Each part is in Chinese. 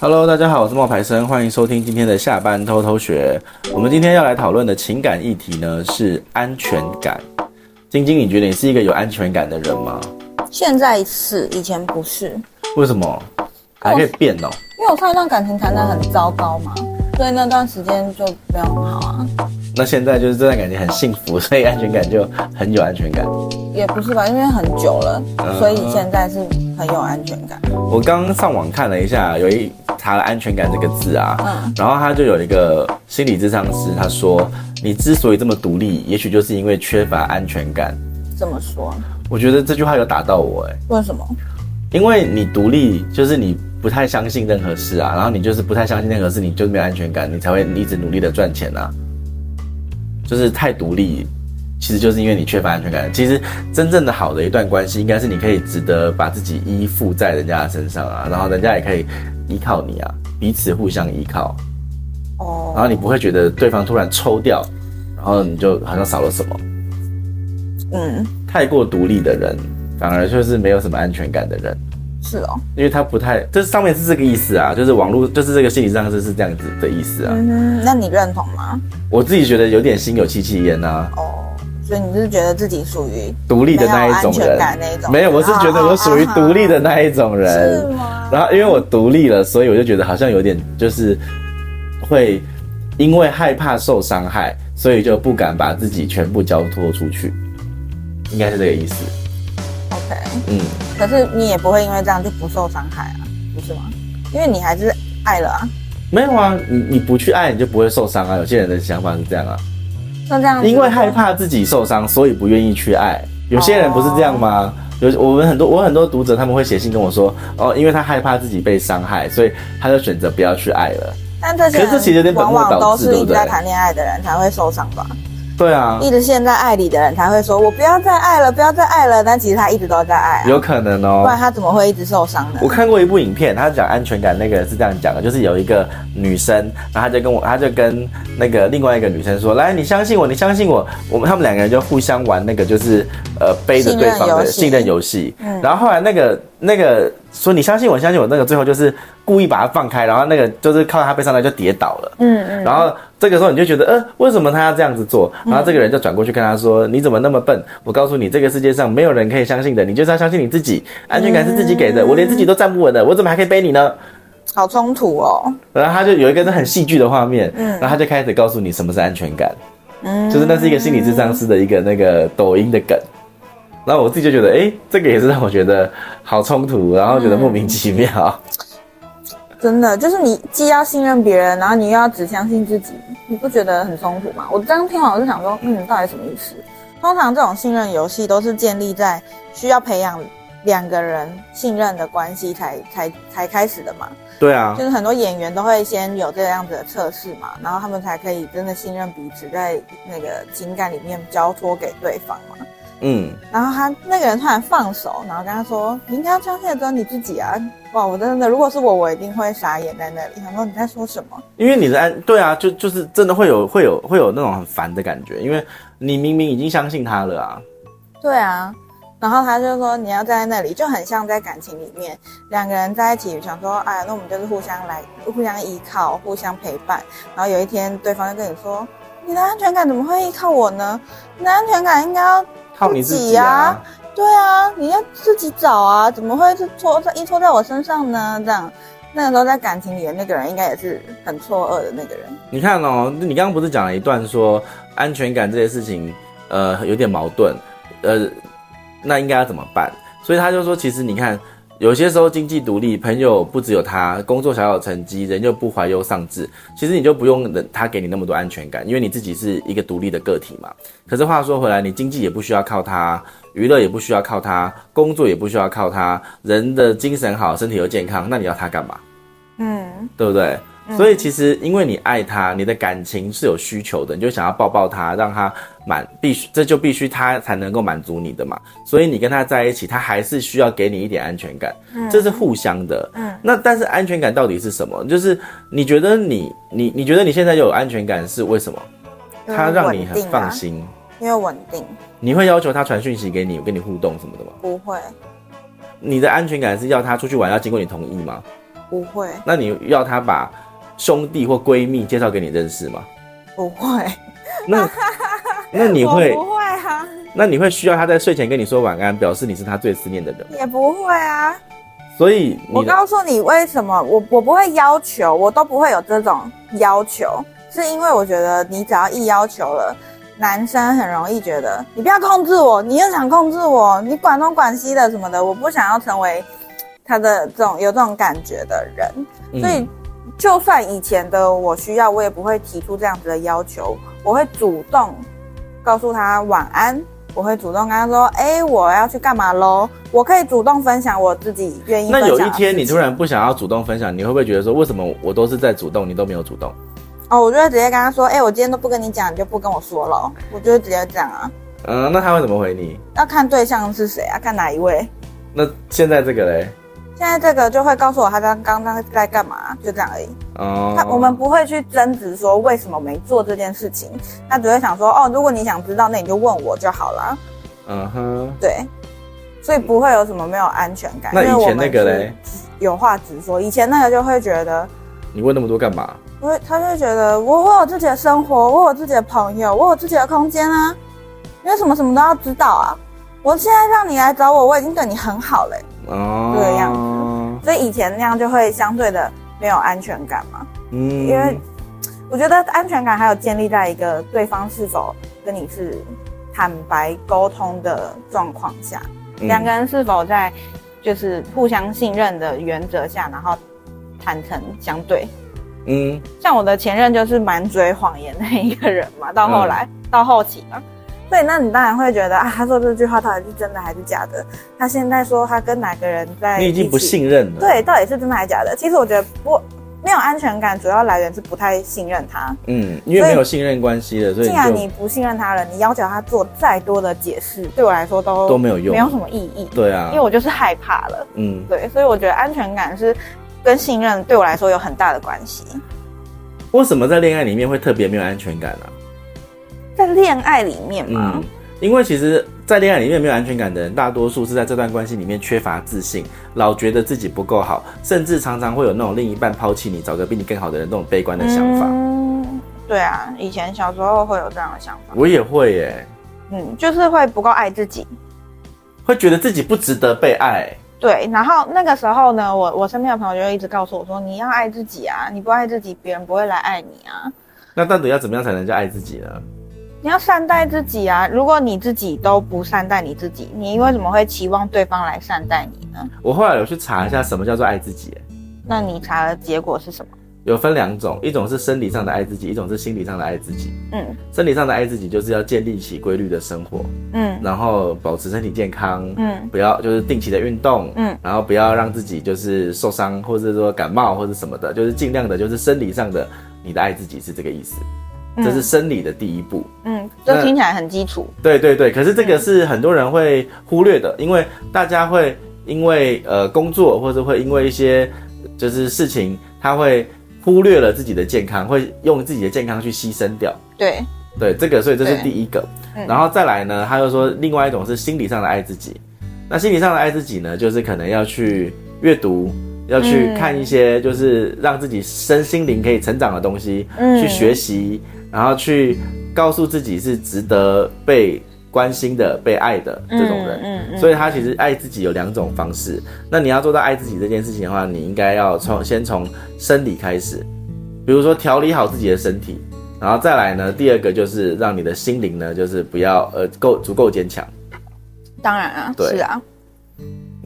Hello，大家好，我是冒牌生，欢迎收听今天的下班偷偷学。我们今天要来讨论的情感议题呢是安全感。晶晶，你觉得你是一个有安全感的人吗？现在是，以前不是，为什么？还可以变哦、因为我上一段感情谈得很糟糕嘛，所以那段时间就没有很好啊，那现在就是这段感情很幸福，所以安全感就很有安全感。也不是吧，因为很久了嗯，所以现在是很有安全感。我刚上网看了一下，有一查了“安全感”这个字啊，嗯然后他就有一个心理智商师，他说你之所以这么独立，也许就是因为缺乏安全感。这么说，我觉得这句话有打到我哎、为什么？因为你独立，就是你不太相信任何事啊，然后你就是不太相信任何事，你就是没有安全感，你才会一直努力的赚钱啊。就是太独立，其实就是因为你缺乏安全感。其实真正的好的一段关系，应该是你可以值得把自己依附在人家的身上啊，然后人家也可以依靠你啊，彼此互相依靠，然后哦，你不会觉得对方突然抽掉，然后你就好像少了什么。嗯，太过独立的人，反而就是没有什么安全感的人。是哦，因为他不太，这上面是这个意思啊，就是网络，就是这个心理上是是这样子的意思啊。嗯，那你认同吗？我自己觉得有点心有戚戚焉啊，哦，所以你是觉得自己属于独立的那一种没有人安全感那一，种没有，我是觉得我属于独立的那一种人是。吗？然后因为我独立了，所以我就觉得好像有点就是会因为害怕受伤害，所以就不敢把自己全部交托出去，应该是这个意思。 OK，嗯，可是你也不会因为这样就不受伤害啊，不是吗？因为你还是爱了啊。没有啊，你你不去爱，你就不会受伤啊。有些人的想法是这样啊。那这样子因为害怕自己受伤，所以不愿意去爱。有些人不是这样哦吗？有我们很多我很多读者他们会写信跟我说，哦，因为他害怕自己被伤害，所以他就选择不要去爱了。但这些可是这其实有点人本往末往倒都置是对一不直在对谈恋爱的人才会受伤吧？对啊，一直陷在爱里的人才会说“我不要再爱了，不要再爱了”，但其实他一直都在爱、啊，有可能不哦然。他怎么会一直受伤呢我？看过一部影片，他讲安全感，那个人是这样讲的，就是有一个女生，然后他就跟我，他就跟那个另外一个女生说，来，你相信我，你相信我，我们他们两个人就互相玩那个就是呃背着对方的信信任任游游戏，然后后来那个那个说你相信我，你相信我，那个最后就是故意把他放开，然后那个就是靠他背上来就跌倒了。嗯嗯，然后这个时候你就觉得，呃，为什么他要这样子做？然后这个人就转过去跟他说：“你怎么那么笨？我告诉你，这个世界上没有人可以相信的，你就是要相信你自己，嗯安全感是自己给的，我连自己都站不稳了，我怎么还可以背你呢好冲突哦。？”然后他就有一个很戏剧的画面，嗯然后他就开始告诉你什么是安全感，嗯，就是那是一个心理智商师的一个那个抖音的梗。然后我自己就觉得，哎，这个也是让我觉得好冲突，然后觉得莫名其妙。嗯真的，就是你既要信任别人，然后你又要只相信自己，你不觉得很冲突吗？我刚听完我就想说，嗯，到底什么意思？通常这种信任游戏都是建立在需要培养两个人信任的关系才才才开始的嘛。对啊就，是很多演员都会先有这样子的测试嘛，然后他们才可以真的信任彼此，在那个情感里面交托给对方嘛。嗯，然后他那个人突然放手，然后跟他说：“你应该要相信的只有你自己啊！”哇，我真的，如果是我，我一定会傻眼在那里，想说你在说什么？因为你的安对啊，就就是真的会有会有会有那种很烦的感觉，因为你明明已经相信他了啊，对啊，然后他就说你要站在那里，就很像在感情里面两个人在一起，想说哎，那我们就是互相来，互相依靠，互相陪伴。然后有一天，对方就跟你说，你的安全感怎么会依靠我呢？你的安全感应该要靠你自己啊，对啊，你要自己找啊，怎么会是拖在依托在我身上呢？这样，那个时候在感情里的那个人应该也是很错愕的那个人。你看哦，你刚刚不是讲了一段说安全感这些事情，呃，有点矛盾，呃，那应该要怎么办？所以他就说，其实你看，有些时候经济独立，朋友不只有他，工作小有成绩，人又不怀忧丧志，其实你就不用人他给你那么多安全感，因为你自己是一个独立的个体嘛。可是话说回来，你经济也不需要靠他，娱乐也不需要靠他，工作也不需要靠他，人的精神好，身体又健康，那你要他干嘛？嗯，对不对？所以其实因为你爱他，你的感情是有需求的，你就想要抱抱他，让他满必须，这就必须他才能够满足你的嘛。所以你跟他在一起，他还是需要给你一点安全感，这是互相的。嗯，那但是安全感到底是什么？就是你觉得你你你觉得你现在有安全感是为什么？他让你很因为稳定啊放心，因为稳定，你会要求他传讯息给你，跟你互动什么的吗？不会。你的安全感是要他出去玩要经过你同意吗？不会，那你要他把兄弟或闺蜜介绍给你认识吗？不会，那 那你会我不会啊，那你会需要他在睡前跟你说晚安，表示你是他最思念的人。也不会啊。所以我你的告诉你为什么我我不会要求，我都不会有这种要求，是因为我觉得你只要一要求了，男生很容易觉得你不要控制我，你又想控制我，你管东管西的什么的，我不想要成为他的这种有这种感觉的人，嗯所以。就算以前的我需要，我也不会提出这样子的要求，我会主动告诉他晚安，我会主动跟他说，哎、我要去干嘛喽？我可以主动分享我自己愿意分那享的有事情。一天你突然不想要主动分享，你会不会觉得说为什么我都是在主动，你都没有主动？哦，我就会直接跟他说，哎、我今天都不跟你讲，你就不跟我说了，我就会直接讲啊。嗯、那他会怎么回你？要看对象是谁啊，看哪一位。那现在这个嘞？现在这个就会告诉我他刚刚刚在干嘛，就这样而已。哦、他我们不会去争执说为什么没做这件事情，他只会想说，哦，如果你想知道，那你就问我就好啦。嗯哼，对，所以不会有什么没有安全感。那因为以我前们那个是嘞，有话直说，以前那个就会觉得，你问那么多干嘛？不会，他就会觉得我我有自己的生活，我有自己的朋友，我有自己的空间啊，你为什么什么都要知道啊？我现在让你来找我，我已经对你很好嘞、哦、这样所以以前那样就会相对的没有安全感嘛。嗯，因为我觉得安全感还有建立在一个对方是否跟你是坦白沟通的状况下，嗯两个人是否在就是互相信任的原则下，然后坦诚相对。嗯像我的前任就是满嘴谎言的一个人嗯嘛，到后来、到后期嘛，所以那你当然会觉得啊，他说这句话到底是真的还是假的？他现在说他跟哪个人在，你已经不，信任了。，对，到底是真的还是假的？其实我觉得不没有安全感，主要来源是不太信任他。嗯，因为没有信任关系了，所以既然你你就不信任他了，你要求他做再多的解释，对我来说都都没有用没有什么意义，对啊因为，我就是害怕了。嗯，对，所以我觉得安全感是跟信任对我来说有很大的关系。为什么在恋爱里面会特别没有安全感呢、啊在恋爱里面嘛，嗯，因为其实，在恋爱里面没有安全感的人，大多数是在这段关系里面缺乏自信，老觉得自己不够好，甚至常常会有那种另一半抛弃你，找个比你更好的人那种悲观的想法。嗯对啊，以前小时候会有这样的想法，我也会耶，嗯，就是会不够爱自己。会觉得自己不值得被爱。对，然后那个时候呢，我我身边的朋友就一直告诉我说，你要爱自己啊，你不爱自己，别人不会来爱你啊。那到底要怎么样才能叫爱自己呢？你要善待自己啊！如果你自己都不善待你自己，你为什么会期望对方来善待你呢？我后来有去查一下什么叫做爱自己耶，那你查的结果是什么？有分两种，一种是生理上的爱自己，一种是心理上的爱自己。嗯生理上的爱自己就是要建立起规律的生活，嗯然后保持身体健康，嗯不要就是定期的运动，嗯，然后不要让自己就是受伤，或者是说感冒或者什么的，就是尽量的，就是生理上的你的爱自己是这个意思，嗯这是生理的第一步。嗯，这听起来很基础。对对对，可是这个是很多人会忽略的，因为大家会因为呃工作或者会因为一些就是事情，他会忽略了自己的健康，会用自己的健康去牺牲掉。对，对，这个所以这是对第一个嗯，然后再来呢，他又说另外一种是心理上的爱自己。那心理上的爱自己呢，就是可能要去阅读，要去嗯看一些就是让自己身心灵可以成长的东西，嗯去学习，然后去告诉自己是值得被关心的、被爱的这种人。嗯嗯所以他其实爱自己有两种方式。那你要做到爱自己这件事情的话，你应该要从先从生理开始，比如说调理好自己的身体，然后再来呢，第二个就是让你的心灵呢，就是不要呃够足够坚强。当然啊，对是啊，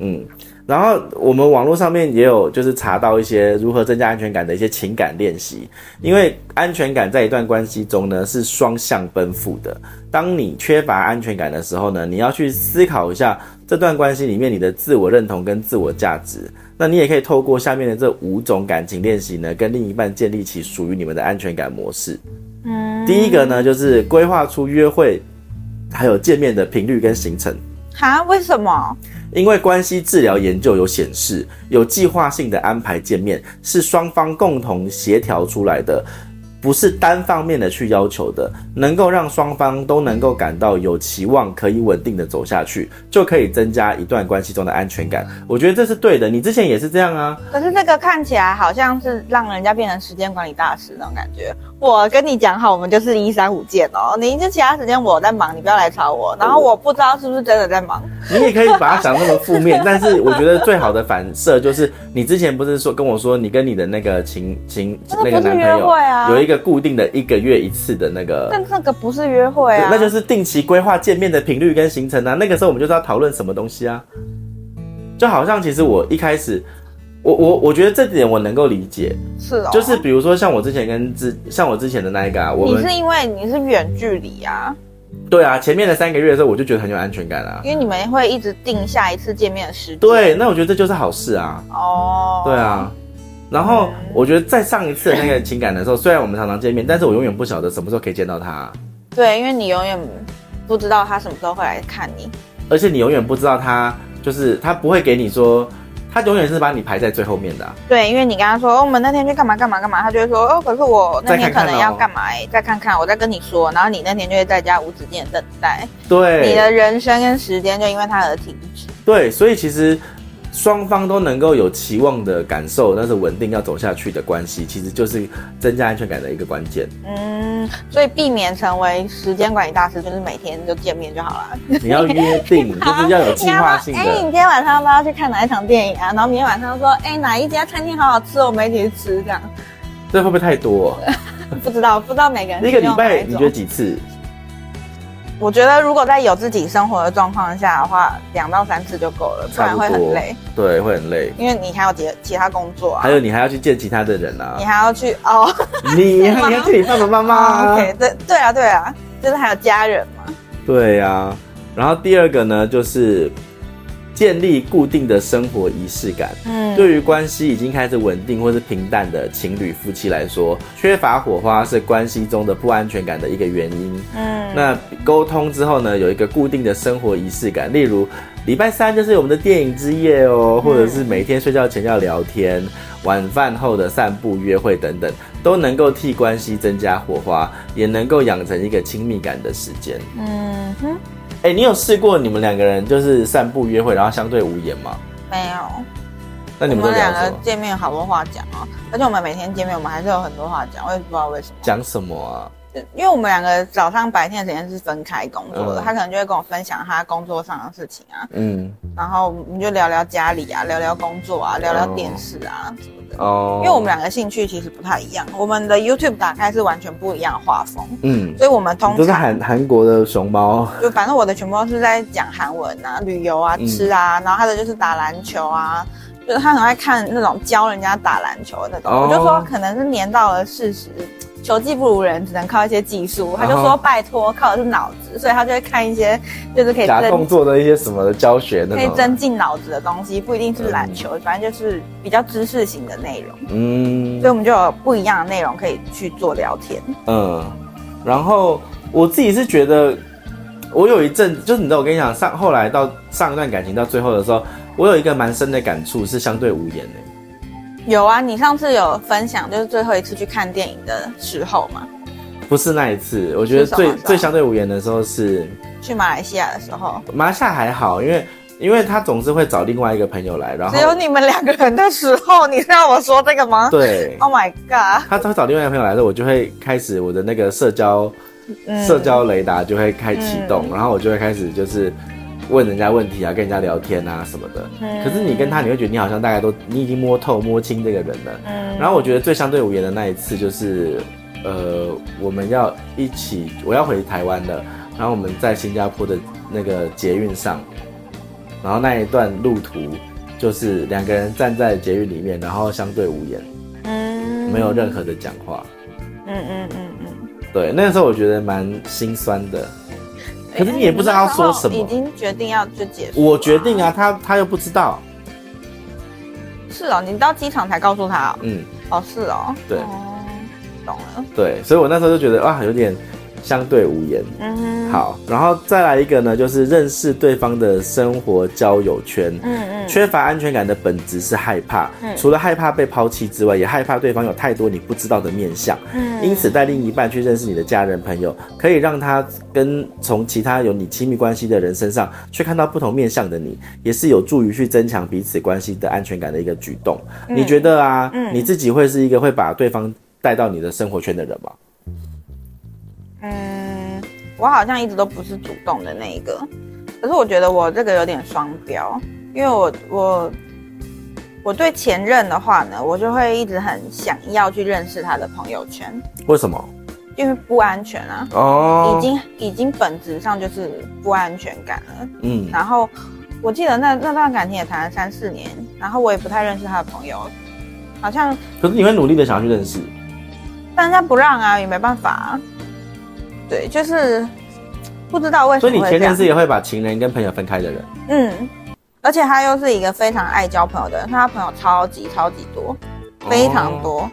嗯，然后我们网络上面也有就是查到一些如何增加安全感的一些情感练习，因为安全感在一段关系中呢是双向奔赴的。当你缺乏安全感的时候呢，你要去思考一下这段关系里面你的自我认同跟自我价值。那你也可以透过下面的这五种感情练习呢，跟另一半建立起属于你们的安全感模式。嗯，第一个呢，就是规划出约会还有见面的频率跟行程。哈，为什么？因为关系治疗研究有显示，有计划性的安排见面是双方共同协调出来的不是单方面的去要求的，能够让双方都能够感到有期望，可以稳定的走下去，就可以增加一段关系中的安全感。我觉得这是对的，你之前也是这样啊。可是这个看起来好像是让人家变成时间管理大师那种感觉。我跟你讲好，我们就是一三五见哦。你这其他时间我在忙，你不要来吵我。然后我不知道是不是真的在忙，你也可以把它想那么负面， 但是我觉得最好的反射就是，你之前不是说跟我说，你跟你的那个情情这个那个不是男约朋友会啊有一个固定的一个月一次的那个，但这个不是约对会啊，那就是定期规划见面的频率跟行程啊。那个时候我们就是要讨论什么东西啊。就好像其实我一开始，我我我觉得这点我能够理解，是哦，就是比如说像我之前跟之像我之前的那一个啊，我你们是因为你是远距离啊，对啊，前面的三个月的时候我就觉得很有安全感啊。因为你们会一直定下一次见面的时间。对，那我觉得这就是好事啊。哦，对，啊。然后我觉得在上一次的那个情感的时候，虽然我们常常见面，但是我永远不晓得什么时候可以见到他，对，因为你永远不知道他什么时候会来看你。而且你永远不知道他就是他不会给你说，他永远是把你排在最后面的啊、对，因为你跟他说、哦我们那天去干嘛干嘛干嘛，他就会说哦，可是我那天可能哦要干嘛、欸，再看看，我再跟你说。然后你那天就会在家无止境的等待，你对的人生跟时间就因为他而停止。对，所以其实双方都能够有期望的感受，那是稳定要走下去的关系，其实就是增加安全感的一个关 键。嗯，所以避免成为时间管理大师，就是每天就见面就好了。你要约定，就是要有计划性哎、你的。今天晚上要不要去看哪一场电影啊？然后明天晚上说，哎、哪一家餐厅好好吃，我们一起去吃。这样 这会不会太多？不知道，不知道每个人一个是礼用哪拜一你种觉得几次？我觉得如果在有自己生活的状况下的话，两到三次就够了，不差然不会很多累，。对，会很累。因为你还有其其他工作啊还，有你还要去见其他的人啊 你，还要去哦。你你要见你爸爸妈妈 啊， OK，对对啊，对啊，就是还有家人嘛。对呀、然后第二个呢，就是建立固定的生活仪式感。嗯，对于关系已经开始稳定或是平淡的情侣夫妻来说，缺乏火花是关系中的不安全感的一个原因。嗯，那沟通之后呢，有一个固定的生活仪式感，例如礼拜三就是我们的电影之夜嗯哦，或者是每天睡觉前要聊天，晚饭后的散步、约会等等，都能够替关系增加火花，也能够养成一个亲密感的时间。嗯哼，哎，你有试过你们两个人就是散步、约会，然后相对无言吗？没有。那你我们都们聊两什个么？见面有好多话讲哦，而且我们每天见面，我们还是有很多话讲，我也不知道为什么。讲什么啊？因为我们两个早上白天的时间是分开工作的，嗯他可能就会跟我分享他工作上的事情啊，嗯，然后我们就聊聊家里啊，聊聊工作啊，聊聊哦电视啊什么的。哦，因为我们两个兴趣其实不太一样，我们的 YouTube 打开是完全不一样的画风，嗯，所以我们通都是常韩韩国的熊猫，就反正我的全部都是在讲韩文啊、旅游啊、嗯吃啊，然后他的就是打篮球啊，就是他很爱看那种教人家打篮球的那种。哦我就说可能是年到了四十，球技不如人，只能靠一些技术。他就说哦拜托，靠的是脑子，所以他就会看一些就是可以假动增作的一些什么的教学那可以种啊。增进脑子的东西，不一定是篮球，反正就是比较知识型的内容。嗯所以我们就有不一样的内容可以去做聊天。嗯，然后我自己是觉得，我有一阵子就是你知道，我跟你讲，上后来到上一段感情到最后的时候，我有一个蛮深的感触是相对无言的、有啊，你上次有分享，就是最后一次去看电影的时候嘛，不是那一次，我觉得是什么最时候最相对无言的时候是去马来西亚的时候，马来西亚还好，因为因为他总是会找另外一个朋友来，然后只有你们两个人的时候，你让我说这个吗？对。 ，Oh my god，他他会找另外一个朋友来的时候，我就会开始我的那个社交嗯社交雷达就会开启动，然后我就会开始就是问人家问题啊，跟人家聊天啊什么的。嗯可是你跟他，你会觉得你好像大概都你已经摸透摸清这个人了。嗯然后我觉得最相对无言的那一次就是，呃，我们要一起，我要回台湾了，然后我们在新加坡的那个捷运上，然后那一段路途就是两个人站在捷运里面，然后相对无言，嗯没有任何的讲话。嗯嗯嗯嗯，对，那个时候我觉得蛮心酸的。哎可是你也不知道要说什么已经决定要就结束了，我决定啊，他他又不知道，是哦，你到机场才告诉他哦，嗯，哦是哦，对哦懂了，对，所以我那时候就觉得啊，有点相对无言。嗯哼，好，然后再来一个呢，就是认识对方的生活交友圈。嗯嗯，缺乏安全感的本质是害怕，除了害怕被抛弃之外，也害怕对方有太多你不知道的面相。嗯因此带另一半去认识你的家人朋友，可以让他跟从其他有你亲密关系的人身上去看到不同面相的你，也是有助于去增强彼此关系的安全感的一个举动。嗯你觉得啊，你自己会是一个会把对方带到你的生活圈的人吗？嗯，我好像一直都不是主动的那一个，可是我觉得我这个有点双标，因为我我我对前任的话呢，我就会一直很想要去认识他的朋友圈，为什么？因为不安全啊，哦已，经已经本质上就是不安全感了。嗯然后我记得那那段感情也谈了三四年，然后我也不太认识他的朋友，好像可是你会努力的想要去认 识，但人家不让啊，也没办法、啊。对，就是不知道为什所以么你会前这任样是。也会把情人跟朋友分开的人。嗯，而且他又是一个非常爱交朋友的人，他朋友超级超级多，哦非常多。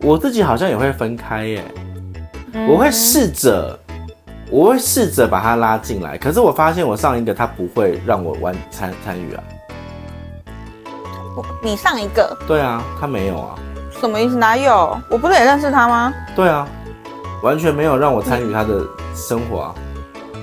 我自己好像也会分开耶，嗯我会试着，我会试着把他拉进来，可是我发现我上一个他不会让我玩参参与啊，我你上一个对啊，他没有啊，什么意思？哪有？我不是也认识他吗？对啊，完全没有让我参与他的生活啊，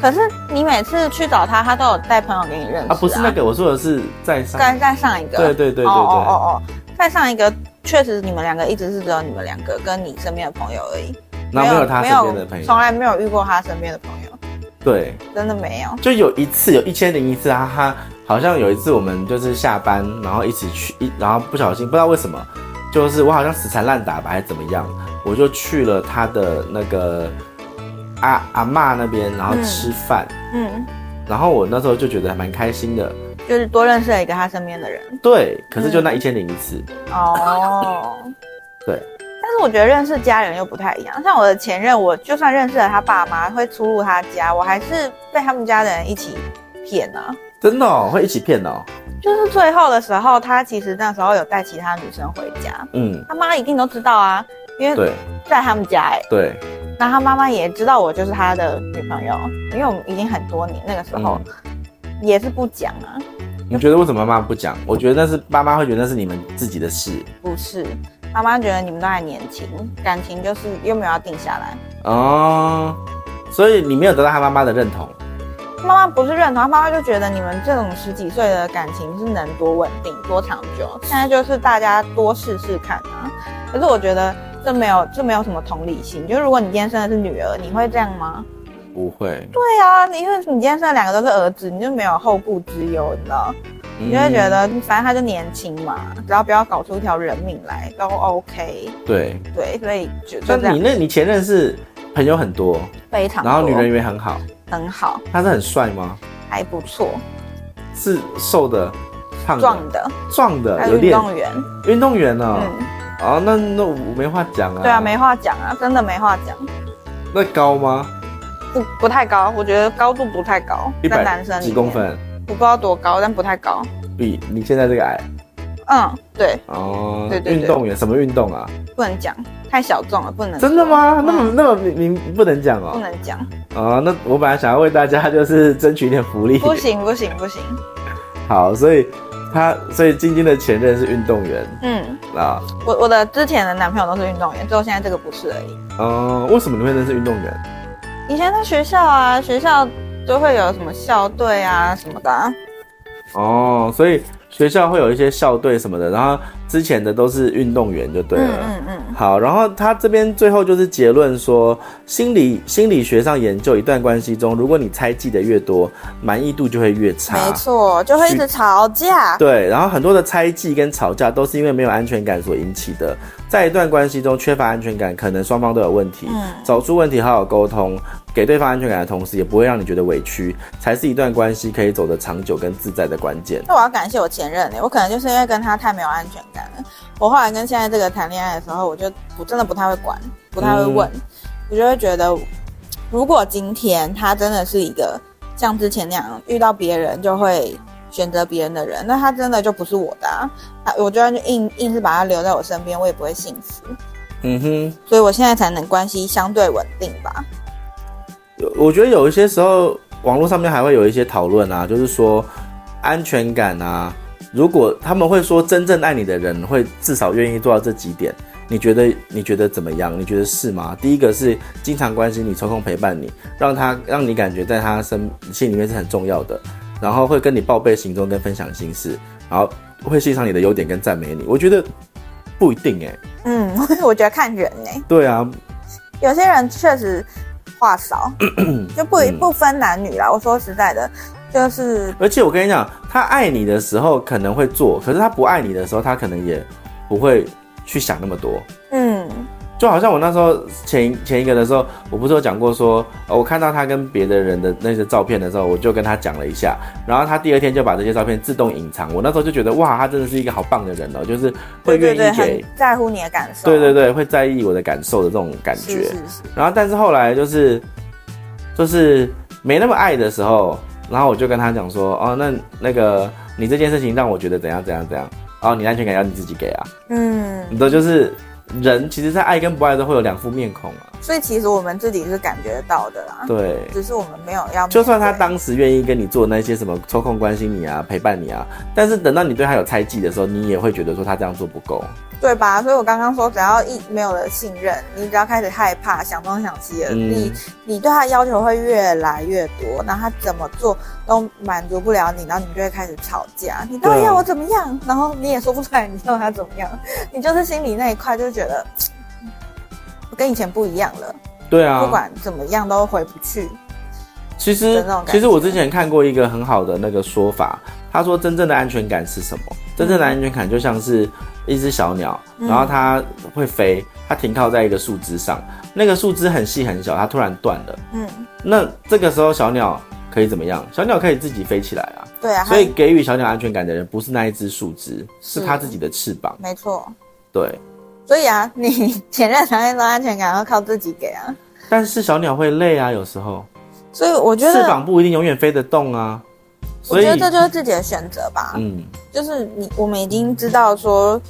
可是你每次去找他，他都有带朋友给你认识啊啊不是那个，我说的是在上，再再上一个，对对对对对，哦哦哦哦，再上一个，确实你们两个一直是只有你们两个跟你身边的朋友而已，然后没有他身边的朋没有从友，来没有遇过他身边的朋友，对，真的没有。就有一次，有一千零一次啊，他好像有一次我们就是下班，然后一起去，一然后不小心不知道为什么，就是我好像死缠烂打吧，还是怎么样，我就去了他的那个阿阿嬷那边，然后吃饭，嗯，然后我那时候就觉得还蛮开心的，就是多认识了一个他身边的人对，可是就那一千零一次，哦。 对，但是我觉得认识家人又不太一样，像我的前任，我就算认识了他爸妈，会出入他家，我还是被他们家的人一起骗啊。真的、哦、会一起骗哦，就是最后的时候，他其实那时候有带其他女生回家，嗯，他妈一定都知道啊，因为对在他们家哎、对，那他妈妈也知道我就是他的女朋友，因为我们已经很多年那个时候、嗯也是不讲啊，你觉得为什么妈妈不讲？我觉得那是妈妈会觉得那是你们自己的事不是妈妈觉得你们都还年轻，感情就是又没有要定下来。哦，所以你没有得到他妈妈的认同。妈妈不是认同，她妈妈就觉得你们这种十几岁的感情是能多稳定、多长久。现在就是大家多试试看啊。可是我觉得这没有这没有什么同理心。就是如果你今天生的是女儿，你会这样吗？不会，对啊，你因为你今天生的两个都是儿子，你就没有后顾之忧，你知道。你就会觉得，反正他就年轻嘛，只要不要搞出一条人命来都 OK。嗯对。对，所以就就那这样你，那你前任是朋友很多，非常多然后女人缘很好，很好，他是很帅吗？还不错，是瘦的、胖的、壮的，壮还的，有是运点动员，运动员呢、嗯，哦，那那我没话讲啊。对啊，没。话讲啊，真的没话讲，那高吗？不不太高，我觉得高度不太高，一在百男生里几面公，分，我不知道多高，但不太高。比你现在这个矮。嗯，对，哦，对对对运动员什么运动啊？不能讲，太小众了，不能。真的？吗？嗯那么那么明明不能讲不哦。能 讲，哦，那我本来想要为大家 就是争取一点福利。不行不行不行。好，所以他所以晶晶的前任是运动员嗯，啊。我我的之前的男朋友都是运动员，只有现在这个不是而已。哦，为什么你会认识运动员？以前在学校啊，学校都会有什么校队啊什么的啊、哦，所以学校会有一些校队什么的，然后之前的都是运动员就对啊嗯了。嗯嗯，好，然后他这边最后就是结论说，心理心理学上研究，一段关系中，如果你猜忌的越多，满意度就会越差。没错，就会一直吵 架。对，然后很多的猜忌跟吵架都是因为没有安全感所引起的。在一段关系中缺乏安全感，可能双方都有问题。嗯找出问题，好好沟通，给对方安全感的同时，也不会让你觉得委屈，才是一段关系可以走得长久跟自在的关键。那我要感谢我前任呢、我可能就是因为跟他太没有安全感了。我后来跟现在这个谈恋爱的时候，我就不真的不太会管，不太会问，我就会觉得，如果今天他真的是一个像之前那样遇到别人就会选择别人的人，那他真的就不是我的、啊，他我就算硬硬是把他留在我身边，我也不会幸福。嗯哼，所以我现在才能关系相对稳定吧。我觉得有一些时候网络上面还会有一些讨论啊，就是说安全感啊，如果他们会说真正爱你的人会至少愿意做到这几点，你觉得你觉得怎么样？你觉得是吗？第一个是经常关心你，抽空陪伴你，让他让你感觉在他身心里面是很重要的，然后会跟你报备行踪跟分享心事，然后会欣赏你的优点跟赞美你。我觉得不一定哎、嗯， 我觉得看人呢、对啊，有些人确实 话少，就不嗯不分男女啦。我说实在的，就是而且我跟你讲，他爱你的时候可能会做，可是他不爱你的时候，他可能也不会去想那么多。嗯就好像我那时候前前一个的时候，我不是有讲过说，呃我看到他跟别的人的那些照片的时候，我就跟他讲了一下，然后他第二天就把这些照片自动隐藏。我那时候就觉得，哇，他真的是一个好棒的人哦，就是会对愿对意对，给很，在乎你的感受。啊对对对，会在意我的感受的这种感觉。是是是，然后但是后来就是就是没那么爱的时候，然后我就跟他讲说，哦，那那个你这件事情让我觉得怎样怎样怎样，哦，你的安全感要你自己给啊，嗯，你知道就是人其实，在爱跟不爱都会有两副面孔啊，所以其实我们自己是感觉得到的啦，对。只是我们没有要面对。就算他当时愿意跟你做那些什么抽空关心你啊、陪伴你啊，但是等到你对他有猜忌的时候，你也会觉得说他这样做不够。对吧？所以我刚刚说，只要一没有了信任，你只要开始害怕、想东想西了，嗯你你对他的啊要求会越来越多，然后他怎么做都满足不了你，然后你就会开始吵架。你到底对啊要我怎么样？然后你也说不出来你要他怎么样，你就是心里那一块就觉得，我跟以前不一样了，对啊，不管怎么样都回不去。其的实那种感，觉其实我之前看过一个很好的那个说法，他说真正的安全感是什么？真正的安全感就像是一只小鸟，嗯然后它会飞，它停靠在一个树枝上，那个树枝很细很小，它突然断了。嗯，那这个时候小鸟可以怎么样？小鸟可以自己飞起来啊。对啊，所以给予小鸟安全感的人，不是那一只树枝，是是它自己的翅膀他。没错。对，所以啊，你前任男友的安全感要靠自己给啊。但是小鸟会累啊，有时候所以我觉翅得，膀不一定永远飞得动啊。我所以觉得，这就是自己的选择吧。嗯，就是你，我们已经知道说，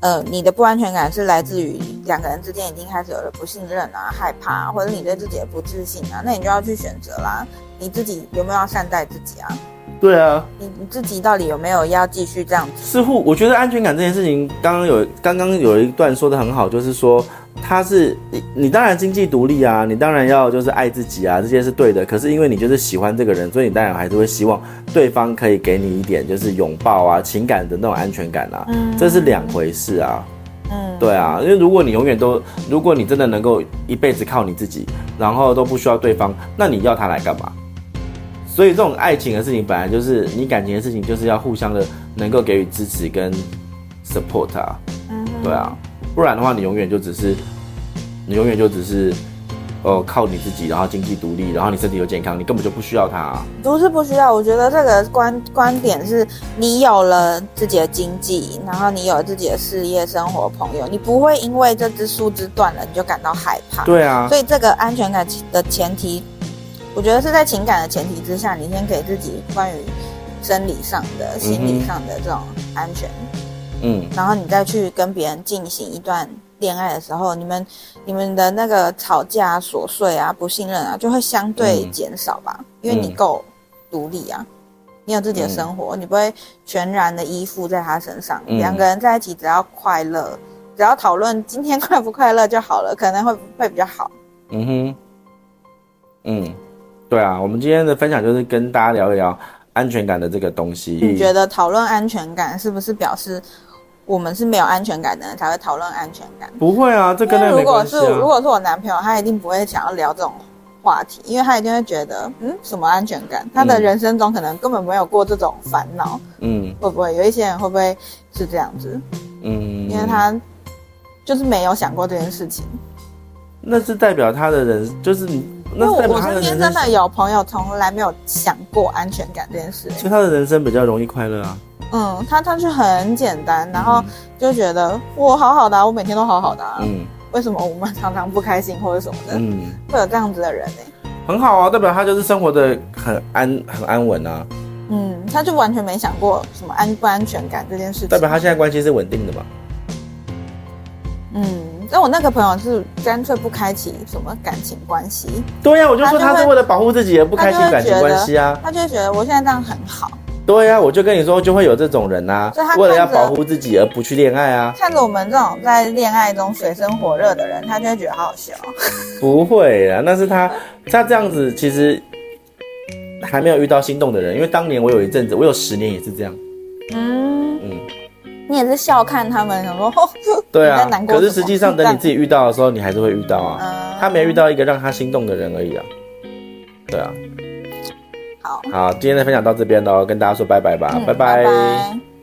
呃，你的不安全感是来自于两个人之间已经开始有了不信任啊、害怕啊、或者你对自己的不自信啊，那你就要去选择啦，你自己有没有要善待自己啊？对啊，你你自己到底有没有要继续这样子？似乎我觉得安全感这件事情，刚刚有刚刚有一段说的很好，就是说它是你你当然经济独立啊，你当然要就是爱自己啊，这些是对的。可是因为你就是喜欢这个人，所以你当然还是会希望对方可以给你一点就是拥抱啊、情感的那种安全感啊，嗯这是两回事啊。嗯，对啊，因为如果你永远都，如果你真的能够一辈子靠你自己，然后都不需要对方，那你要他来干嘛？所以这种爱情的事情，本来就是你感情的事情，就是要互相的能够给予支持跟 support 啊，嗯哼对啊，不然的话，你永远就只是，你永远就只是，呃，靠你自己，然后经济独立，然后你身体又健康，你根本就不需要他、啊。不是不需要，我觉得这个观观点是，你有了自己的经济，然后你有了自己的事业、生活、朋友，你不会因为这只树枝断了你就感到害怕。对啊，所以这个安全感的前提，我觉得是在情感的前提之下，你先给自己关于生理上的、心理上的这种安全，嗯，然后你再去跟别人进行一段恋爱的时候，你们你们的那个吵架啊、琐碎啊、不信任啊，就会相对嗯减少吧，因为你够独立啊。你有自己的生活，你不会全然的依附在他身上。嗯两个人在一起，只要快乐，只要讨论今天快不快乐就好了，可能会会比较好。嗯哼，嗯，对啊，我们今天的分享就是跟大家聊一聊安全感的这个东西。你觉得讨论安全感是不是表示我们是没有安全感的人才会讨论安全感？不会啊，这跟因那为个如没果关系是、啊。如果是我男朋友，他一定不会想要聊这种话题，因为他一定会觉得，嗯，什么安全感？他的嗯人生中可能根本没有过这种烦恼，嗯会不会有一些人会不会是这样子？嗯，因为他就是没有想过这件事情。那是代表他的人，就是你，因那为是代我表我他身的边人真生，的有朋友从来没有想过安全感这件事、欸所以他的人生比较容易快乐啊。嗯，他他是很简单，然后就觉得我好好的啊、我每天都好好的、啊，嗯为什么我们常常不开心或者什么的，嗯，会有这样子的人呢、欸很好啊，代表他就是生活的很安很安稳啊，嗯，他就完全没想过什么安不安全感这件事情。代表他现在关系是稳定的嘛。嗯，但我那个朋友是干脆不开启什么感情关系，对啊呀、我就说他他就会是为了保护自己，也不他开就心会感情觉关得系啊。他就会觉得我现在这样很好，对啊呀、我就跟你说，就会有这种人呐、所以他为了要看着保护自己而不去恋爱啊，看着我们这种在恋爱中水深火热的人，他就会觉得好好笑。不会啊，那是他他这样子其实还没有遇到心动的人，因为当年我有一阵子，我有十年也是这样，嗯，嗯，你也是笑看他们，想说， 哦对你啊在难。过可是什么实际上，等你自己遇到的时候，你还是会遇到啊。嗯他没遇到一个让他心动的人而已啊。对啊，好，好，今天的分享到这边喽，跟大家说拜拜吧，嗯拜拜拜